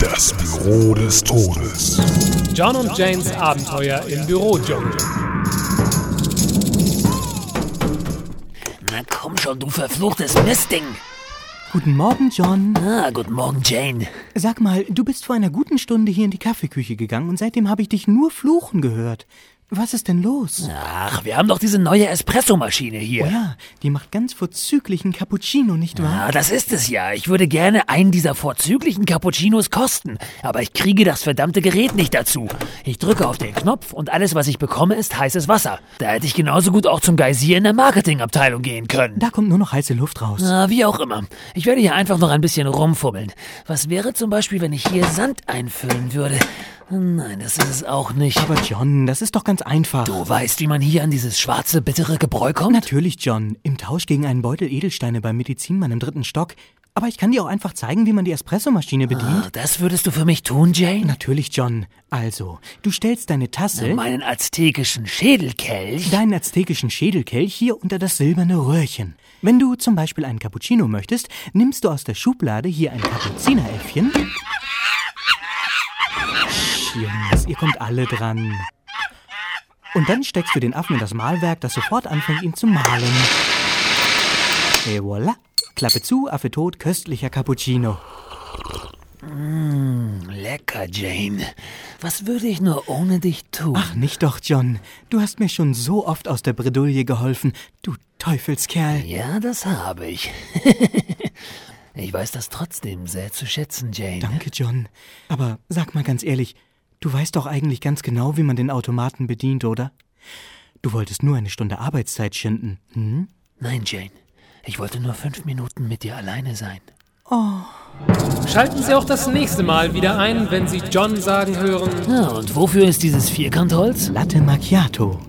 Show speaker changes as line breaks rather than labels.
Das Büro des Todes.
John und Janes Abenteuer im Büro, John.
Na komm schon, du verfluchtes Mistding.
Guten Morgen, John.
Ah, guten Morgen, Jane.
Sag mal, du bist vor einer guten Stunde hier in die Kaffeeküche gegangen und seitdem habe ich dich nur fluchen gehört. Was ist denn los?
Ach, wir haben doch diese neue Espressomaschine
Oh
hier.
ja, die macht ganz vorzüglichen Cappuccino, nicht wahr?
Ah, das ist es ja. Ich würde gerne einen dieser vorzüglichen Cappuccinos kosten, aber ich kriege das verdammte Gerät nicht dazu. Ich drücke auf den Knopf und alles, was ich bekomme, ist heißes Wasser. Da hätte ich genauso gut auch zum Geysir in der Marketingabteilung gehen können.
Da kommt nur noch heiße Luft raus.
Na, wie auch immer. Ich werde hier einfach noch ein bisschen rumfummeln. Was wäre zum Beispiel, wenn ich hier Sand einfüllen würde? Nein, das ist es auch nicht.
Aber John, das ist doch ganz einfach.
Du weißt, wie man hier an dieses schwarze, bittere Gebräu kommt?
Natürlich, John. Im Tausch gegen einen Beutel Edelsteine beim Medizinmann im dritten Stock. Aber ich kann dir auch einfach zeigen, wie man die Espressomaschine bedient.
Ah, Das würdest du für mich tun, Jane?
Natürlich, John. Also, du stellst deine Tasse,
Meinen aztekischen Schädelkelch?
deinen aztekischen Schädelkelch hier unter das silberne Röhrchen. Wenn du zum Beispiel einen Cappuccino möchtest, nimmst du aus der Schublade hier ein Kapuzineräffchen. Sch, Jungs, ihr kommt alle dran. Und dann steckst du den Affen in das Malwerk, das sofort anfängt, ihn zu malen. Et voilà. Klappe zu, Affe tot, köstlicher Cappuccino.
Lecker, Jane. Was würde ich nur ohne dich tun?
Ach, nicht doch, John. Du hast mir schon so oft aus der Bredouille geholfen. Du Teufelskerl.
Ja, das habe ich. ich weiß das trotzdem sehr zu schätzen, Jane.
Danke, John. Aber sag mal ganz ehrlich, du weißt doch eigentlich ganz genau, wie man den Automaten bedient, oder? Du wolltest nur eine Stunde Arbeitszeit schinden. Hm?
Nein, Jane. Ich wollte nur fünf Minuten mit dir alleine sein.
Schalten Sie auch das nächste Mal wieder ein, wenn Sie John sagen hören.
Ah, Ja, und wofür ist dieses Vierkantholz?
Latte Macchiato.